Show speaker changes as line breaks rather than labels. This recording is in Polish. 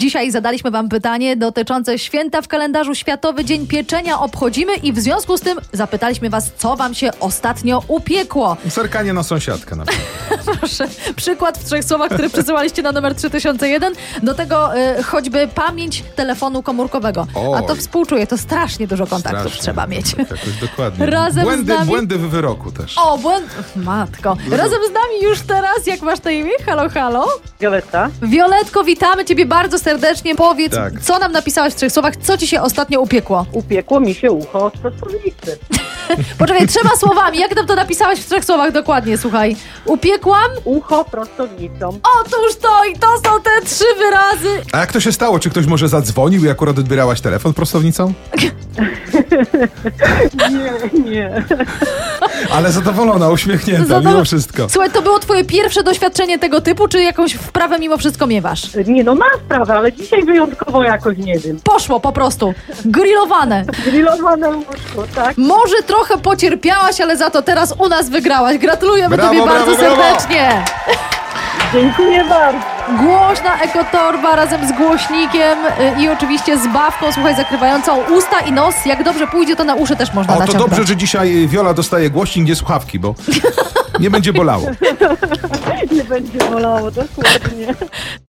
Dzisiaj zadaliśmy Wam pytanie dotyczące święta w kalendarzu Światowy Dzień Pieczenia obchodzimy i w związku z tym zapytaliśmy Was, co Wam się ostatnio upiekło.
Serkanie na sąsiadkę
tak,
na przykład.
Proszę, przykład w trzech słowach, który przesyłaliście na numer 3001. Do tego y, choćby pamięć telefonu komórkowego. A to
Oj.
współczuję, to strasznie dużo kontaktów
Strasznie.
trzeba mieć.
Tak, jakoś dokładnie.
Razem z
błędy,
nami-
błędy w wyroku też.
O, błąd...
No
Matko. Razem z nami już teraz, jak masz na imię? Halo, halo.
Violetta.
Violetko, witamy Ciebie bardzo serdecznie. Powiedz,
Tak.
co nam napisałaś w trzech słowach, co Ci się ostatnio upiekło?
Upiekło mi się ucho od prostownicy.
Poczekaj, trzema słowami. Jak nam to napisałaś w trzech słowach dokładnie, słuchaj. Upiekłam?
Ucho prostownicą.
Otóż to i to są te trzy wyrazy.
A jak to się stało? Czy ktoś może zadzwonił i akurat odbierałaś telefon prostownicą?
Nie, nie.
Ale zadowolona, uśmiechnięta,
Zadowol-
mimo wszystko.
Słuchaj, to było Twoje pierwsze doświadczenie tego typu, czy jakąś wprawę mimo wszystko miewasz?
Nie no, mam sprawę, ale dzisiaj wyjątkowo jakoś nie wiem.
Poszło po prostu. Grillowane.
Grillowane łóżko, tak?
Może trochę pocierpiałaś, ale za to teraz u nas wygrałaś. Gratulujemy
Brawo,
Tobie
brawo,
bardzo
brawo.
serdecznie.
Dziękuję bardzo.
Głośna ekotorba razem z głośnikiem y, i oczywiście z bawką, słuchaj, zakrywającą usta i nos. Jak dobrze pójdzie, to na uszy też można
O, to
naciągnąć.
dobrze, że dzisiaj e, Wiola dostaje głośnik, nie słuchawki, bo nie będzie bolało.
Nie będzie bolało, dokładnie.